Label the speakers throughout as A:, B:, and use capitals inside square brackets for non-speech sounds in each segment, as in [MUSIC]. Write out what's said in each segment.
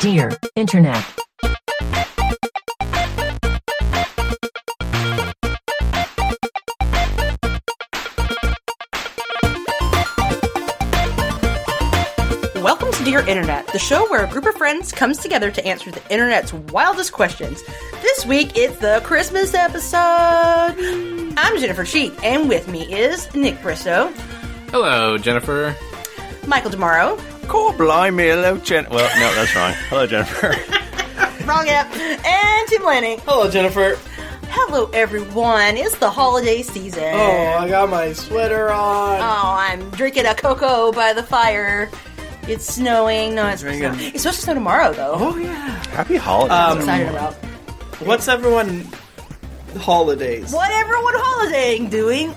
A: Dear Internet.
B: Welcome to Dear Internet, the show where a group of friends comes together to answer the internet's wildest questions. This week it's the Christmas episode. I'm Jennifer Cheek, and with me is Nick Bristow,
C: Hello, Jennifer.
B: Michael Demaro,
D: Call blimey, hello, Jen. Well, no, that's wrong. Hello, Jennifer.
B: wrong app, and Tim Lanning.
E: Hello, Jennifer.
B: Hello, everyone. It's the holiday season.
E: Oh, I got my sweater on.
B: Oh, I'm drinking a cocoa by the fire. It's snowing. No, it's
E: Drinking-
B: it's supposed to snow tomorrow though.
E: oh yeah.
D: Happy holidays.
B: I'm excited about.
E: Um, What's everyone holidays?
B: What everyone holidaying doing?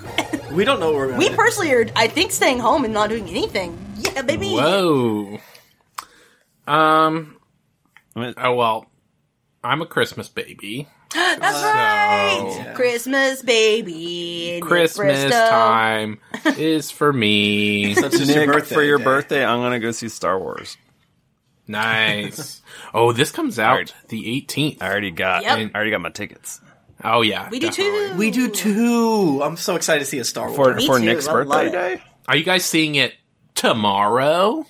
E: We don't know where we're
B: We
E: going.
B: personally are, I think, staying home and not doing anything. Yeah, baby.
C: Whoa. Um.
D: What?
C: Oh well, I'm a Christmas baby.
B: [GASPS] That's right. Christmas, baby. Nick
C: Christmas
B: Bristow. [LAUGHS]
C: time is for me.
E: Such as
D: Nick,
E: your birthday
D: for your
E: day.
D: birthday, I'm gonna go see Star Wars.
C: nice. Oh, this comes out
D: Alright.
C: the 18th.
D: I already got.
B: Yep.
D: I already got my tickets
C: Oh yeah,
B: We do
C: definitely.
B: too.
E: We do too. I'm so excited to see a Star Wars.
D: for
B: Me
D: for
B: too,
D: Nick's
B: I love
D: birthday
B: it.
D: day.
C: Are you guys seeing it tomorrow?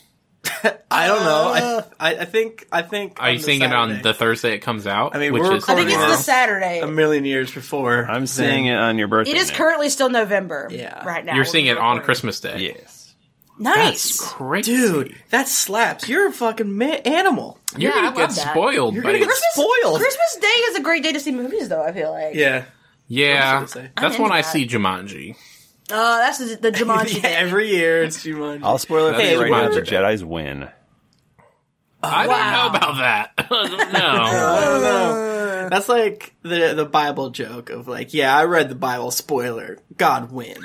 E: I don't know. I, I I think I think.
C: Are you
E: the
C: seeing it on
E: Saturday.
C: the Thursday it comes out?
E: I mean,
C: which
E: we're
C: is
B: I think it's
C: tomorrow?
B: this Saturday.
E: a million years before?
D: I'm seeing it on your birthday.
B: It is
D: Nick.
B: currently still November.
E: Yeah.
B: Right now.
C: You're seeing it on
B: We're-
C: Christmas Day.
D: Yes.
B: Nice.
C: That's crazy,
E: Dude, that slaps. You're a fucking ma- animal.
C: You're
B: Yeah, I
C: gonna get
B: love that.
C: spoiled.
E: You're
C: by
E: gonna get
C: this.
E: spoiled.
B: Christmas Day is a great day to see movies, though. I feel like.
E: Yeah.
C: yeah,
E: gonna say.
B: I'm
C: that's
B: into
C: when I
B: that.
C: see Jumanji.
B: Oh, that's the,
E: [LAUGHS]
B: the Jumanji
E: [LAUGHS] Yeah,
B: thing.
E: every year it's Jumanji.
D: I'll spoil it for
C: Hey,
D: you right now. The
C: Roger.
D: Jedi's win.
C: I don't know about that. [LAUGHS] I
B: [LAUGHS]
C: don't know.
E: I don't know. That's like the the Bible joke of like, yeah, I read the Bible. Spoiler:
B: [LAUGHS]
E: God wins.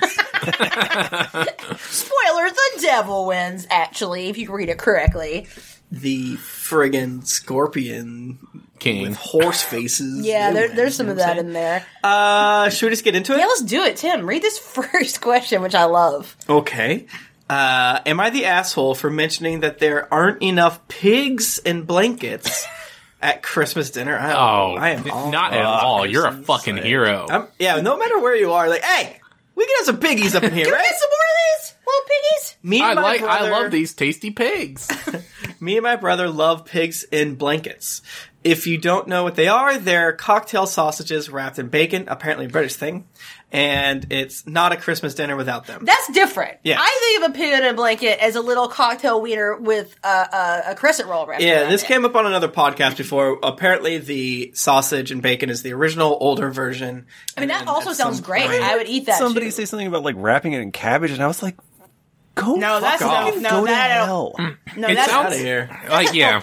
B: Spoiler: the devil wins. Actually, if you read it correctly.
E: the friggin' scorpion
C: King.
E: with horse faces.
B: Yeah,
E: They
B: there,
E: win,
B: there's some
E: you
B: of
E: know what
B: that
E: I'm
B: in there.
E: saying? Uh, should we just get into it?
B: Yeah, let's do it, Tim. Read this [LAUGHS] first question, which I love.
E: okay. Uh, am I the asshole for mentioning that there aren't enough pigs
B: [LAUGHS]
E: and blankets at Christmas dinner? I,
C: Oh,
E: I am all
C: not at all. You're a fucking hero.
E: I'm, yeah, no matter where you are, like, hey, we can have some piggies up in here,
B: Can we
E: right?
B: get some more of these little piggies?
E: Me and
C: I
E: my
C: like. I
E: brother-
C: love these
E: [LAUGHS]
C: tasty pigs.
E: Me and my brother love pigs in blankets. If you don't know what they are, they're cocktail sausages wrapped in bacon, apparently a British thing, and it's not a Christmas dinner without them.
B: That's different.
E: Yeah.
B: I think of a pig in a blanket as a little cocktail wiener with a, a, a crescent roll wrapped
E: yeah,
B: around
E: this
B: it.
E: came up on another podcast before. Apparently, the sausage and bacon is the original, older version.
B: I mean, that also sounds great. I would eat that.
D: Somebody
B: too.
D: say something about like wrapping it in cabbage, and I was like, go.
B: No,
D: fuck
B: that's- no,
D: off.
B: no,
D: go
B: that I
D: to
B: don't- Mm.
D: hell.
B: no,
C: it
B: that's
C: sounds-
E: Out of here.
C: like yeah.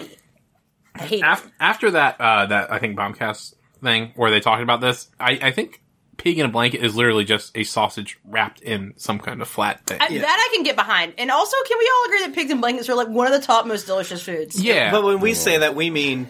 B: I hate it.
C: After, after that, uh, that I think bombcast thing where they talked about this. I, I think pig in a blanket is literally just a sausage wrapped in some kind of flat thing.
B: I- That I can get behind. And also, can we all agree that pigs and blankets are like one of the top most delicious foods?
C: yeah,
E: But when we say that, we mean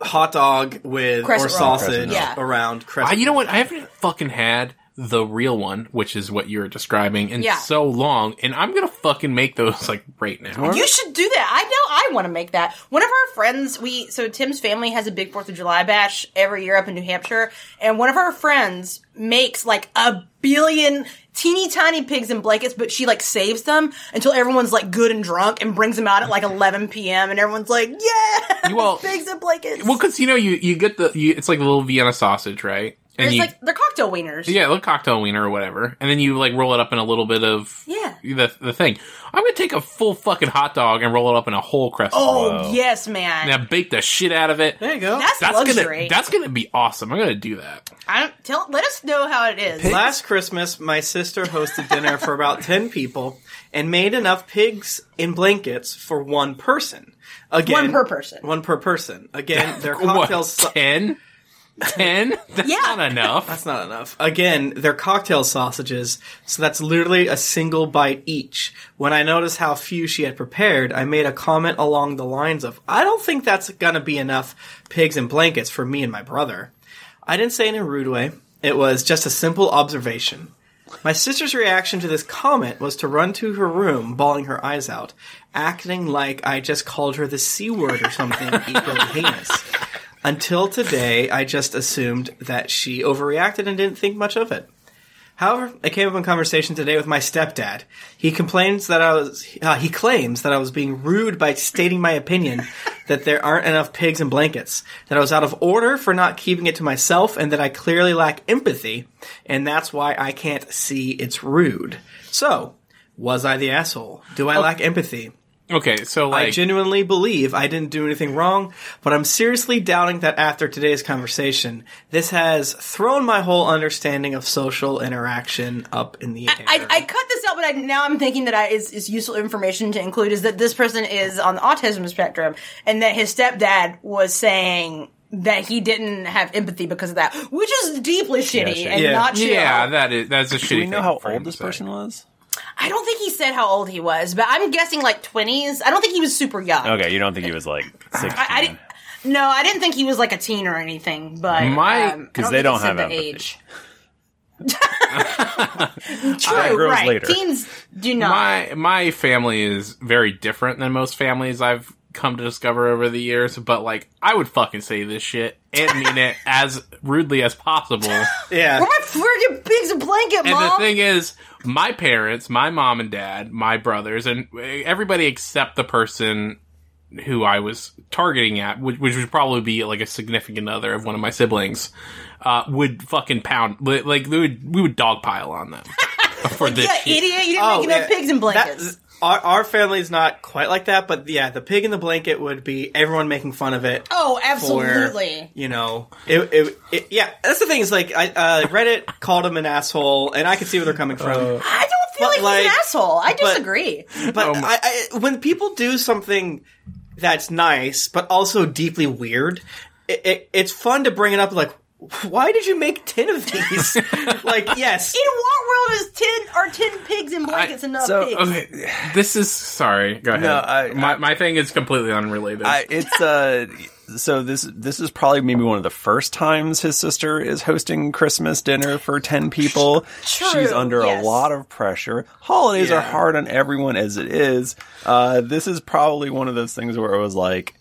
E: hot dog with
B: Crescent
E: or
B: roll.
E: sausage
B: Crescent roll. Yeah.
E: around
C: I,
E: crescent.
C: you know what? I haven't fucking had the real one, which is what you're describing, in
B: Yeah.
C: so long, and I'm gonna fucking make those like right now.
B: You should do that. I know I want to make that. One of our friends, we so Tim's family has a big Fourth of July bash every year up in New Hampshire, and one of our friends makes like a billion teeny tiny pigs in blankets, but she like saves them until everyone's like good and drunk and brings them out at like 11 p.m. and everyone's like, yeah,
C: You
B: [LAUGHS]
C: all-
B: pigs in blankets.
C: Well, because you know you you get the you, it's like a little Vienna sausage, right? And
B: it's
C: you,
B: like they're cocktail wieners.
C: Yeah, like cocktail wiener or whatever, and then you like roll it up in a little bit of
B: Yeah.
C: the the thing. I'm gonna take a full fucking hot dog and roll it up in a whole crescent. roll.
B: Oh yes, man.
C: now bake the shit out of it.
E: there you go.
B: That's,
C: That's
B: luxury.
C: gonna that's gonna be awesome. I'm gonna do that.
B: I don't tell. Let us know how it is.
E: Last Christmas, my sister hosted dinner for about 10 people and made enough pigs in blankets for one person. Again,
B: One per person.
E: One per person. Again, their
C: What
E: cocktails. sa-
C: ten?
B: [LAUGHS]
C: Ten? That's
B: Yeah.
C: not enough.
E: that's not enough. Again, they're cocktail sausages, so that's literally a single bite each. When I noticed how few she had prepared, I made a comment along the lines of, I don't think that's gonna be enough pigs and blankets for me and my brother. I didn't say it in a rude way. It was just a simple observation. My sister's reaction to this comment was to run to her room, bawling her eyes out. acting like I just called her the C word or something equally heinous. Until today, I just assumed that she overreacted and didn't think much of it. However, I came up in conversation today with my stepdad. He complains that I was uh, he claims that I was being rude by stating my opinion that there aren't enough pigs and blankets, that I was out of order for not keeping it to myself and that I clearly lack empathy and that's why I can't see it's rude. So, was I the asshole? Do I lack empathy?
C: Okay, so
E: I
C: like,
E: genuinely believe I didn't do anything wrong, but I'm seriously doubting that after today's conversation, this has thrown my whole understanding of social interaction up in the air.
B: I, I cut this out, but I, now I'm thinking that I, is, is useful information to include is that this person is on the autism spectrum and that his stepdad was saying that he didn't have empathy because of that, which is deeply shitty
D: sure.
B: and
E: Yeah.
B: not chill.
C: yeah, that is that's a shitty.
D: Do we know
C: thing
D: how
C: for him
D: old
C: to
D: this
C: say.
D: person was?
B: I don't think he said how old he was, but I'm guessing like 20s. I don't think he was super young.
D: Okay, you don't think he was like sixteen?
B: I, I didn't. No, I didn't think he was like a teen or anything, but
C: My-
B: um, I
D: 'Cause
B: think
D: they don't
B: he said
D: have
B: the
D: empathy. [LAUGHS]
B: age. [LAUGHS] True,
D: grows
B: right?
D: later.
B: Teens do not.
C: my my family is very different than most families I've come to discover over the years, but like I would fucking say this shit and mean it as rudely as possible.
B: Where
E: yeah.
B: my friggin' pigs a blanket,
C: And
B: mom?
C: the thing is, my parents, my mom and dad, my brothers, and everybody except the person who I was targeting at, which, which would probably be like a significant other of one of my siblings, uh, would fucking pound li- like we would we would dogpile on them for this.
B: yeah,
C: shit.
B: idiot! You didn't make enough
E: yeah.
B: pigs and blankets.
E: That- our, our family's not quite like that, but yeah, the pig in the blanket would be everyone making fun of it.
B: oh,
E: for,
B: absolutely.
E: you know, it, it, it, yeah, that's the thing is like, I, uh, Reddit called him an asshole, and I could see where they're coming from.
B: I don't feel
E: But,
B: like, he's an
E: like-
B: asshole. I
E: but-
B: disagree.
E: But
C: Oh my-
E: I, I, when people do something that's nice, but also deeply weird, it, it, it's fun to bring it up. Like, why did you make ten of
C: [LAUGHS]
E: these? like, yes,
B: In what world is ten are ten pigs and blankets enough
D: so,
B: pigs?
C: Okay, this is sorry. Go ahead.
D: No, I-
C: my my thing is completely unrelated.
D: I, it's uh so this this is probably maybe one of the first times his sister is hosting Christmas dinner for 10 people.
B: True,
D: She's under
B: yes.
D: a lot of pressure. Holidays are
E: Yeah.
D: hard on everyone as it is. Uh this is probably one of those things where it was like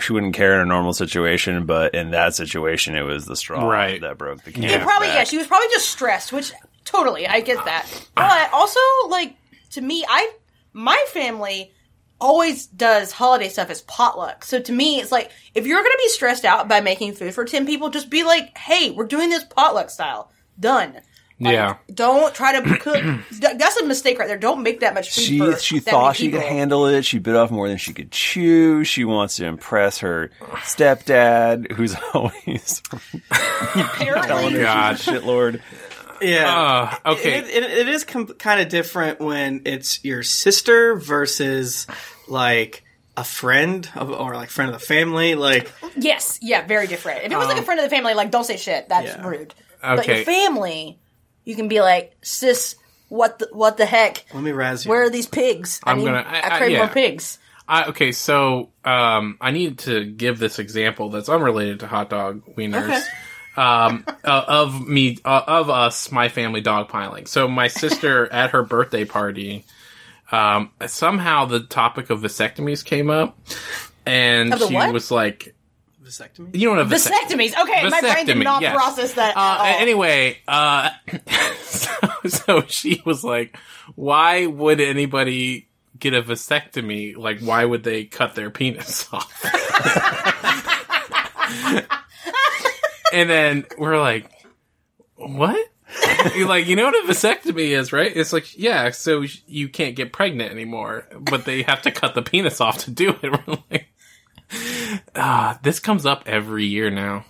D: she wouldn't care in a normal situation, but in that situation it was the straw
C: Right.
D: that broke the
B: It
D: camel's
B: probably yeah.
D: back.
B: She was probably just stressed, which totally I get that. But also, like to me, I my family always does holiday stuff as potluck. So to me, it's like if you're gonna be stressed out by making food for ten people, just be like, hey, we're doing this potluck style. Done. Like,
C: yeah.
B: Don't try to cook.
D: [CLEARS THROAT]
B: Th- That's a mistake right there. Don't make that much food.
D: she
B: for
D: she
B: that
D: thought
B: many
D: she could
B: people.
D: handle it. She bit off more than she could chew. She wants to impress her stepdad, who's [LAUGHS] always
B: Apparently,
C: God.
D: shitlord.
E: yeah.
C: Uh, okay.
E: It, it, it is com- kind of different when it's your sister versus like a friend of, or like friend of the family. Like,
B: Yes, yeah, very different. If it was like a friend of the family, like don't say shit. That's
E: yeah.
B: rude. But your
C: Okay.
B: family, you can be like, sis, what the what the heck?
E: let me razz you.
B: Where are these pigs? I
C: I'm
B: need,
C: gonna- I-
B: I,
C: I-
B: crave more
C: yeah.
B: pigs.
C: I, okay, so um, I need to give this example that's unrelated to hot dog wieners. Um, uh, of me, uh, of us, my family dogpiling. So my sister at her birthday party, um, somehow the topic of vasectomies came up, and
B: Of the
C: she
B: what?
C: was like,
E: vasectomy?
C: "You know what a vasectomy
B: Vasectomies. Okay, my brain did
C: Vasectomy,
B: not
C: yes.
B: process that. at
C: uh,
B: all.
C: anyway, uh, [LAUGHS] so, so she was like, "Why would anybody get a vasectomy? Like, why would they cut their penis [LAUGHS] off?" and then we're like, "What?" You're like, you know what a vasectomy is, right? It's like, yeah, so sh- you can't get pregnant anymore, but they have to cut the penis off to do it. [LAUGHS] We're like, ah, this comes up every year now.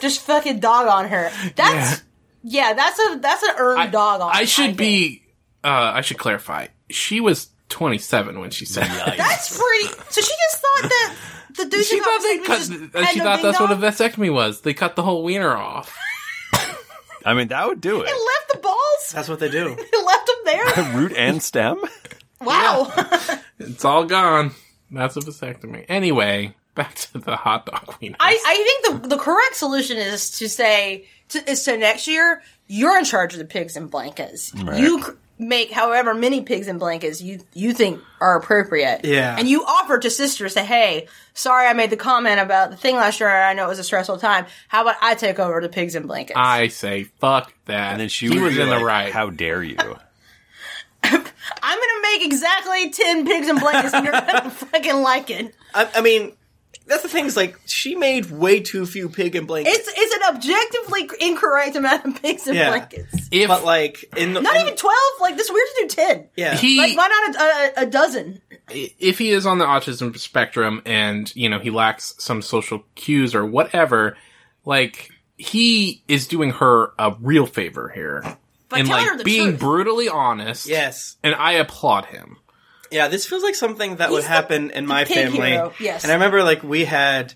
B: just fucking dog on her. That's yeah, that's a that's an earned dog on.
C: I
B: her,
C: should
B: think.
C: be. Uh, I should clarify. She was 27 when she said that.
B: That's pretty. So she just thought that the dude
C: She thought they cut.
B: just
C: uh,
B: had
C: She
B: no
C: thought that's what a
B: ding-dong.
C: vasectomy was. They cut the whole wiener off.
D: I mean, that would do it.
B: left the balls.
E: That's what they do.
B: They left them
C: [LAUGHS]
B: there.
D: Root and stem.
B: Wow.
C: It's all gone. That's a vasectomy. Anyway, back to the hot dog wiener.
B: I, I think the the correct solution is to say to, is to next year you're in charge of the pigs and blankets. You You c- make however many pigs in blankets you you think are appropriate.
E: Yeah.
B: And you offer to sisters say, "Hey, sorry, I made the comment about the thing last year. and I know it was a stressful time. How about I take over the pigs in blankets?"
C: I say fuck that.
D: And then she
C: he
D: would
C: was
D: be
C: in
D: like,
C: the right.
D: How dare you?
B: I'm gonna make exactly ten pigs in blankets, and you're
C: [LAUGHS]
B: gonna fucking like it.
E: I, I mean, that's the thing is like she made way too few pig and blankets.
B: It's it's an objectively incorrect amount of pigs in
E: Yeah.
B: blankets.
C: if
E: but like in the,
B: Not
E: in-
B: even twelve. Like this, weird to do ten.
E: yeah.
C: he
B: Like why not a, a, a dozen?
C: if he is on the autism spectrum and you know he lacks some social cues or whatever, like he is doing her a real favor here
B: By
C: and
B: telling
C: like
B: her the
C: being
B: truth.
C: brutally honest.
E: yes.
C: and I applaud him.
E: Yeah, this feels like something that would
B: the-
E: happen in my
B: pig
E: family.
B: hero, yes.
E: And I remember like we had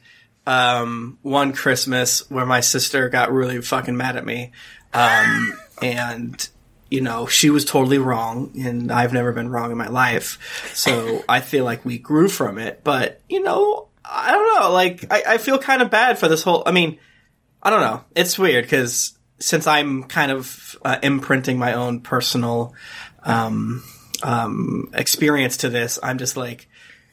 E: um, one Christmas where my sister got really fucking mad at me.
B: [GASPS]
E: Um, and you know, she was totally wrong and I've never been wrong in my life.
B: [LAUGHS]
E: So I feel like we grew from it, but you know, I don't know, like I, I feel kind of bad for this whole I mean, I don't know. It's weird because since I'm kind of uh, imprinting my own personal um, um, experience to this, I'm just like,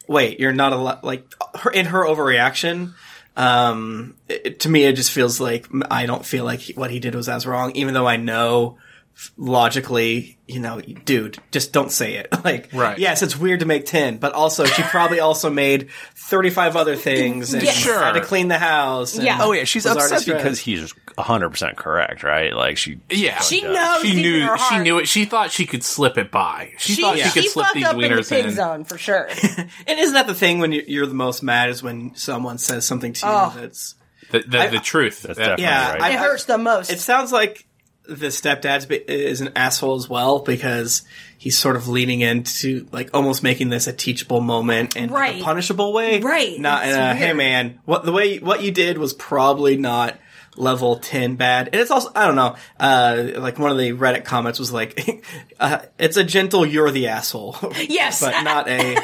E: wait, you're not a lot like her in her overreaction. Um, it, to me, it just feels like m- I don't feel like he- what he did was as wrong, even though I know f- logically, you know, dude, just don't say it. [LAUGHS] Like,
C: Right.
E: yes, it's weird to make 10, but also she probably also made 35 other things and
B: Yeah.
E: had to
C: Sure.
E: clean the house. and
B: Yeah.
D: Oh yeah, she's
E: was already
D: upset
E: stressed.
D: because he's 100 percent correct, right? Like she.
C: Yeah,
B: She knows
C: uh, She
B: deep in
C: knew.
B: her
C: She
B: heart.
C: knew it. She thought she could slip it by. She,
B: She,
C: thought she
B: she,
C: could slip
B: fucked
C: these
B: up in the
C: wieners
B: pig
C: in.
B: zone for
C: [LAUGHS]
B: sure.
E: And isn't that the thing when you're, you're the most mad is when someone says something to you
B: Oh.
E: that's
C: The, the, the truth.
D: That's
C: That-
D: definitely
E: yeah,
D: right.
E: I-
B: It hurts the most.
E: It sounds like the stepdad's be- is an asshole as well because he's sort of leaning into like almost making this a teachable moment in like,
B: Right.
E: a punishable way,
B: Right.
E: Not in
B: It's
E: a hey
B: weird.
E: man, what the way what you did was probably not level 10 bad and it's also i don't know uh like one of the reddit comments was like [LAUGHS] uh, it's a gentle you're the asshole
B: [LAUGHS] Yes.
E: but not a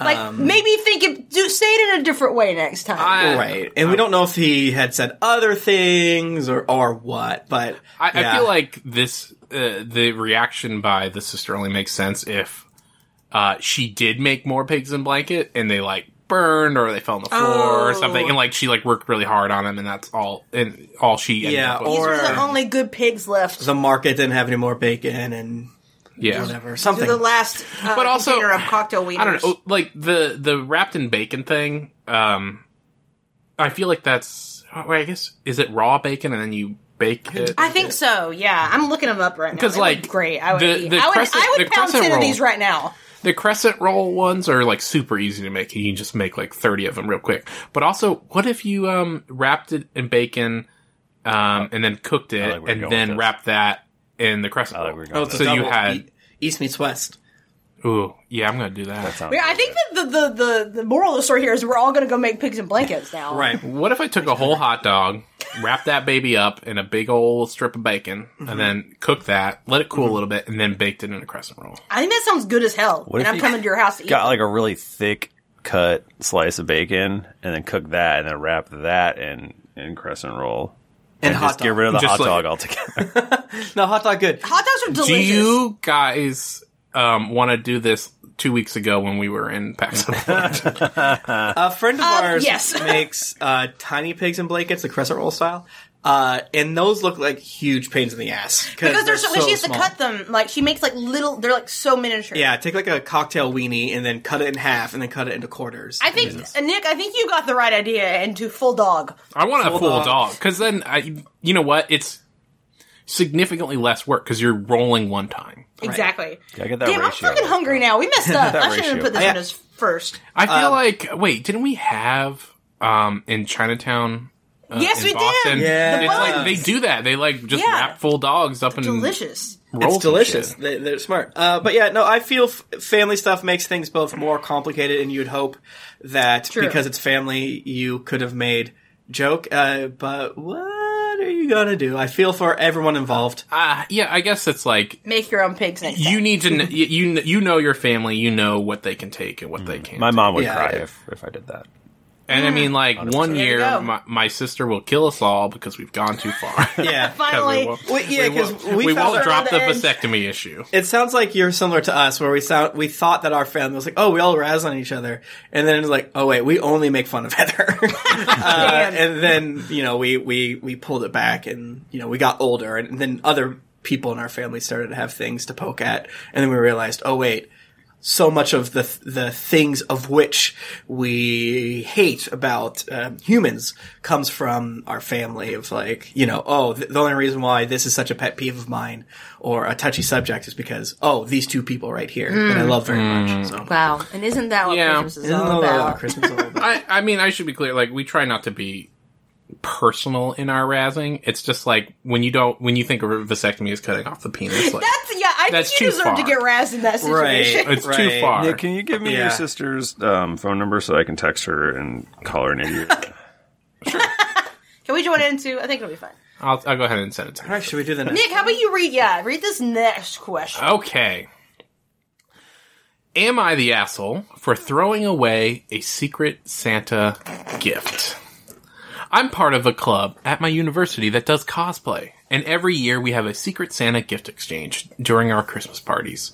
B: like maybe think it, do say it in a different way next time.
C: um, I-
E: right and we don't know if he had said other things or or what but
C: I, I
E: yeah.
C: feel like this uh, the reaction by the sister only makes sense if uh, she did make more pigs in blanket and they like burned or they fell on the floor or
B: Oh.
C: something and like she like worked really hard on them and that's all and all she ended
E: Yeah,
C: up with.
B: These
E: or-
B: were the only good pigs left.
E: the market didn't have any more bacon and
C: yeah
E: whatever
B: to
E: something.
B: the last uh,
C: But also-
B: container of cocktail wieners.
C: I don't know Oh, like the the wrapped in bacon thing um I feel like that's well, I guess is it raw bacon and then you bake it
B: I think so. Yeah, I'm looking them up right now.
C: 'Cause,
B: They look
C: like,
B: great. I would,
C: the-
B: eat.
C: the
B: I would,
C: crescent-
B: I
C: the
B: would pound
C: crescent
B: ten of
C: roll.
B: these right now.
C: The crescent roll ones are like super easy to make. You can just make like 30 of them real quick. But also, what if you um wrapped it in bacon um and then cooked
D: I
C: it
D: like where you're
C: and
D: going
C: then
D: with this.
C: wrapped that in the crescent
D: I like
C: roll?
D: where you're going with
C: Oh, so
D: this.
C: you
E: Double
C: had
E: E- East meets West.
C: Ooh, yeah, I'm going to do that.
D: That sounds
B: Yeah, I think that the, the the the moral of the story here is we're all going to go make pigs and blankets now.
E: Right.
C: what if I took a whole hot dog, wrapped that baby up in a big old strip of bacon and then cooked that, let it cool a little bit and then baked it in a crescent roll?
B: I think that sounds good as hell. and
D: What if
B: I'm
D: you
B: coming to your house to eat.
D: got like a really thick cut slice of bacon and then cook that and then wrap that in in crescent roll
E: And, hot
D: just
E: dog.
D: get rid of the
C: Just
D: hot
C: like-
D: dog altogether. [LAUGHS]
E: no, hot dog good.
B: Hot dogs are
C: Do
B: delicious.
C: you guys um want to do this 2 weeks ago when we were
D: [LAUGHS]
C: in Paxton? [LAUGHS]
E: A friend of ours
B: yes.
E: [LAUGHS] makes uh, tiny pigs in blankets, the crescent roll style. Uh, and those look like huge pains in the ass.
B: Because there's so, when she has
E: small.
B: to cut them, like she makes like little. They're like so miniature.
E: Yeah, take like a cocktail weenie and then cut it in half and then cut it into quarters.
B: I think uh, Nick, I think you got the right idea and to full dog.
C: I want a full
E: dog.
C: dog because then I, you know what, it's significantly less work because you're rolling one time.
B: Exactly.
D: I get that
B: Damn, I'm
D: ratio.
B: fucking hungry now. We
D: [LAUGHS]
B: messed up.
D: That
B: I shouldn't have
D: ratio.
B: put this
E: Yeah.
B: one as first.
C: I feel
E: Um,
C: like wait, didn't we have um in Chinatown? uh,
B: Yes,
C: in
B: we did.
C: Boston?
E: Yeah. The
C: it's like
B: buns.
C: they do that. They like just
B: Yeah.
C: wrap full dogs up and
B: Delicious.
C: roll
E: it's
C: some
E: delicious.
C: shit.
E: They, they're smart. Uh, but yeah, no, I feel f- family stuff makes things both more complicated, and you'd hope that
B: True.
E: because it's family, you could have made joke. Uh, but what are you gonna do? I feel for everyone involved.
C: Uh, yeah, I guess it's like
B: Make your own pigs next time.
C: you need to kn- you you kn- you know your family. You know what they can take and what they can't.
D: Mm. My mom would
E: Yeah,
D: cry
E: yeah.
D: if if I did that.
C: And I mean, like one
B: There you
C: year,
B: go.
C: my, my sister will kill us all because we've gone too
B: [LAUGHS]
C: far.
E: Yeah.
B: Finally,
E: [LAUGHS]
C: won't-
E: Well, yeah,
C: we
E: 'cause
C: won't,
E: we
C: we
E: found
C: won't
E: out-
C: drop the
B: on the edge.
C: vasectomy issue.
E: It sounds like you're similar to us, where we sound we thought that our family was like, oh, we all razz on each other, and then it's like, oh wait, we only make fun of Heather, [LAUGHS] uh,
B: Damn.
E: and then you know we we we pulled it back, and you know we got older, and then other people in our family started to have things to poke at, and then we realized, oh wait. So much of the the things of which we hate about uh, humans comes from our family of like you know oh th- the only reason why this is such a pet peeve of mine or a touchy subject is because oh these two people right here that I love very much so
B: wow! And isn't that what
C: Yeah.
B: Christmas is
E: isn't that
B: all
E: what
B: about?
E: Christmas is Mm. all [LAUGHS] about?
C: I, I mean, I should be clear. Like, we try not to be personal in our razzing. It's just like when you don't, when you think of a vasectomy as cutting off the penis, like
B: That's yeah. I
C: That's
B: think you
C: too
B: deserve to
C: far.
B: get razzed in that situation. [LAUGHS]
C: it's too far.
D: Yeah, can you give me
E: Yeah.
D: your sister's um, phone number so I can text her and call her an idiot?
B: Can we join into? I think it'll be fine.
C: I'll, I'll go ahead and send it to
E: All
C: you.
E: right, should we do the next?
B: Nick, how about you read? Yeah, read this next question.
E: Uh,
C: Okay. Am I the asshole for throwing away a secret Santa gift? I'm part of a club at my university that does cosplay, and every year we have a secret Santa gift exchange during our Christmas parties.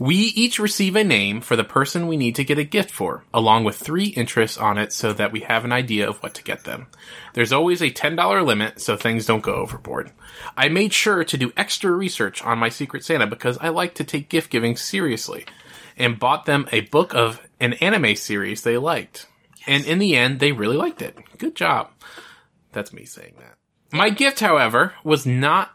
C: We each receive a name for the person we need to get a gift for, along with three interests on it so that we have an idea of what to get them. There's always a $10 limit so things don't go overboard. I made sure to do extra research on my Secret Santa because I like to take gift giving seriously and bought them a book of an anime series they liked. And in the end, they really liked it. Good job. That's me saying that. My gift, however, was not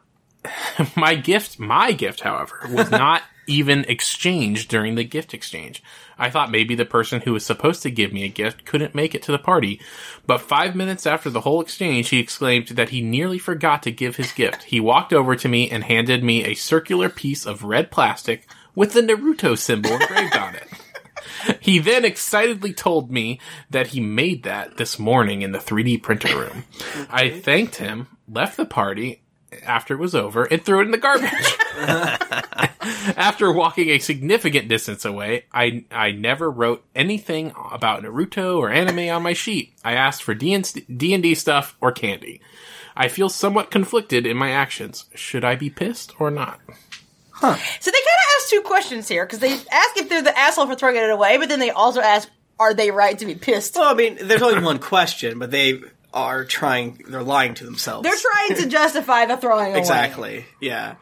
C: [LAUGHS] my gift, my gift, however, was not even exchanged during the gift exchange. I thought maybe the person who was supposed to give me a gift couldn't make it to the party, but five minutes after the whole exchange, he exclaimed that he nearly forgot to give his gift. He walked over to me and handed me a circular piece of red plastic with the Naruto symbol engraved on it. He then excitedly told me that he made that this morning in the 3D printer room. I thanked him, left the party after it was over, and threw it in the garbage. [LAUGHS] after walking a significant distance away, I I never wrote anything about Naruto or anime on my sheet. I asked for D and D stuff or candy. I feel somewhat conflicted in my actions. Should I be pissed or not?
B: So they kind of ask two questions here because they ask if they're the asshole for throwing it away, but then they also ask, are they right to be pissed?
E: Well, I mean, there's only one question, but they are trying. They're lying to themselves.
B: They're trying to justify the throwing away.
E: exactly. Yeah.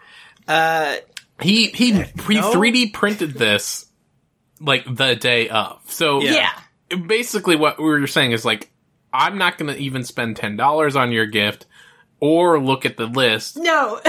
C: He he he three D printed this like the day of. So
B: Yeah.
C: basically what we were saying is like I'm not gonna even spend ten dollars on your gift or look at the list.
B: No.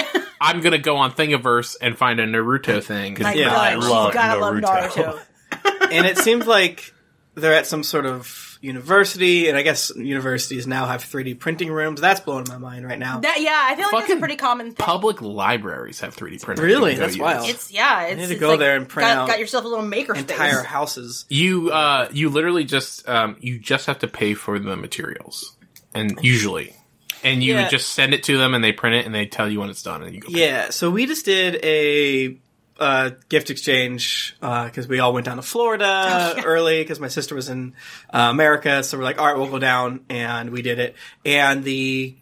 C: I'm gonna go on Thingiverse and find a Naruto thing.
B: [LAUGHS] My
E: Yeah, I
B: God,
D: love
B: you gotta love
D: Naruto.
B: Naruto.
E: And it seemed like they're at some sort of university, and I guess universities now have 3D printing rooms. That's blowing my mind right now.
B: [LAUGHS] That yeah, I feel like that's
C: Fucking
B: a pretty common. thing.
C: Public libraries have 3D printers.
E: Really?
C: you can go
E: That's wild.
B: It's yeah. It's,
E: need to
B: it's
E: go
B: like
E: there and print
B: got,
E: out
B: got yourself a little maker
E: Entire
B: space.
E: houses.
C: You uh you literally just um you just have to pay for the materials and usually. And you
E: Yeah.
C: just send it to them and they print it and they tell you when it's done and you go
E: Yeah. So we just did a. Uh, gift exchange because we all went down to Florida
B: Oh,
E: early because my sister was in uh, America, so we're like, all right, we'll go down, and we did it. And the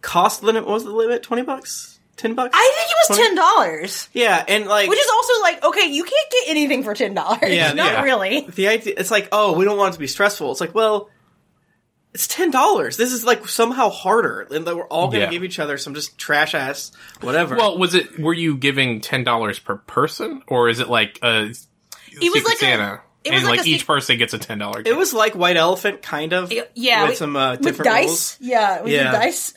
E: cost limit what was the limit twenty bucks, ten bucks.
B: I think it was ten dollars,
E: Yeah, and like
B: which is also like okay, you can't get anything for ten dollars.
E: Yeah,
B: [LAUGHS] not
E: yeah.
B: really.
E: the idea. It's like, oh, we don't want it to be stressful. It's like, well, it's ten dollars. This is like somehow harder, and that we're all going to
C: Yeah.
E: give each other some just trash ass whatever.
C: Well, was it? Were you giving ten dollars per person, or is it like a Secret
B: like a-
C: Santa?
B: it was
C: and
B: like
C: like,
B: a
C: each
B: sec-
C: person gets a ten dollar.
E: it was like White Elephant, kind of.
B: It- yeah,
E: with
B: we-
E: some uh, different
B: With dice,
E: rules.
B: yeah, with
E: Yeah.
B: the dice.